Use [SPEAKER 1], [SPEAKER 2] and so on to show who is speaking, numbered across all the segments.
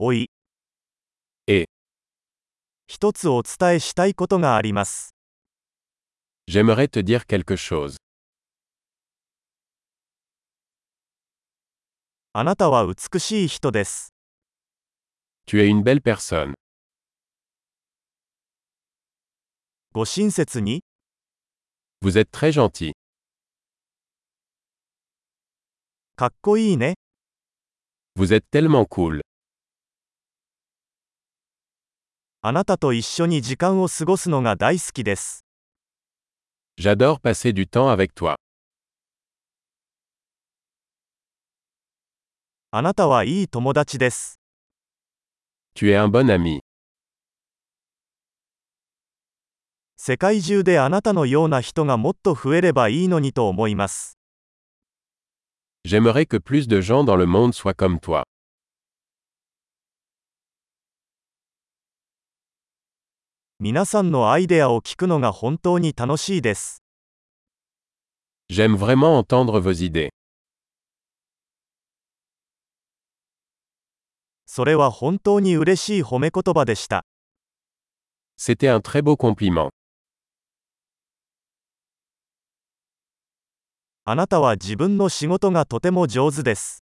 [SPEAKER 1] おい。
[SPEAKER 2] ええ。
[SPEAKER 1] 一つお伝えしたいことがあります。
[SPEAKER 2] J'aimerais te dire quelque chose.
[SPEAKER 1] あなたは美しい人です。
[SPEAKER 2] Tu es une belle personne.
[SPEAKER 1] ご親切に、
[SPEAKER 2] Vous êtes très gentil.
[SPEAKER 1] かっこいいね。
[SPEAKER 2] Vous êtes tellement cool.
[SPEAKER 1] あなたと一緒に時間を過ごすのが大好きです。
[SPEAKER 2] J'adore passer du temps avec toi.
[SPEAKER 1] あなたはいい友達です。
[SPEAKER 2] Tu es un bon ami.
[SPEAKER 1] 世界中であなたのような人がもっと増えればいいのにと思います。
[SPEAKER 2] J'aimerais que plus de gens dans le monde soient comme toi.
[SPEAKER 1] 皆さんのアイデアを聞くのが本当に楽しいです。
[SPEAKER 2] J'aime vraiment entendre vos idées.
[SPEAKER 1] それは本当に嬉しい褒め言葉でした。
[SPEAKER 2] C'était un très beau compliment.
[SPEAKER 1] あなたは自分の仕事がとても上手です。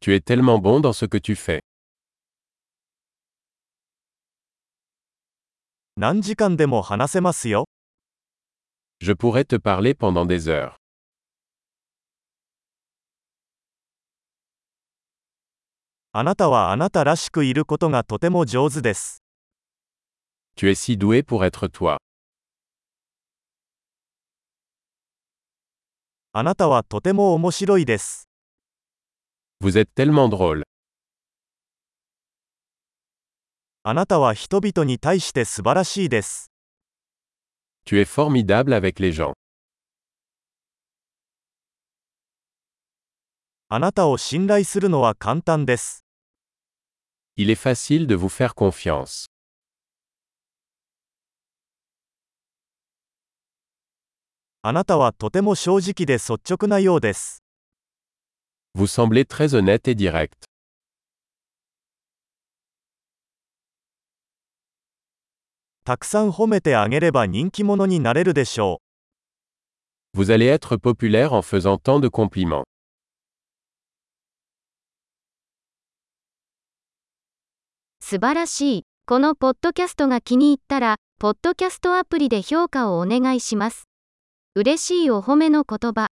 [SPEAKER 2] Tu es tellement bon dans ce que tu fais.
[SPEAKER 1] 何時間でも話せますよ。
[SPEAKER 2] Je pourrais te parler pendant des heures.
[SPEAKER 1] あなたはあなたらしくいることがとても上手です。
[SPEAKER 2] Tu es si doué pour être toi.
[SPEAKER 1] あなたはとても面白いです。
[SPEAKER 2] Vous êtes tellement drôle.
[SPEAKER 1] あなたは人々に対して素晴らしいです。
[SPEAKER 2] Tu es formidable avec les gens.
[SPEAKER 1] あなたを信頼するのは簡単です。
[SPEAKER 2] Il est facile de vous faire confiance.
[SPEAKER 1] あなたはとても正直で率直なようです。
[SPEAKER 2] Vous semblez très honnête et direct.
[SPEAKER 1] たくさん褒めてあげれば人気者になれるでしょう。
[SPEAKER 2] Vous allez être populaire en faisant tant de compliments.
[SPEAKER 3] 素晴らしい。このポッドキャストが気に入ったら、ポッドキャストアプリで評価をお願いします。嬉しいお褒めの言葉。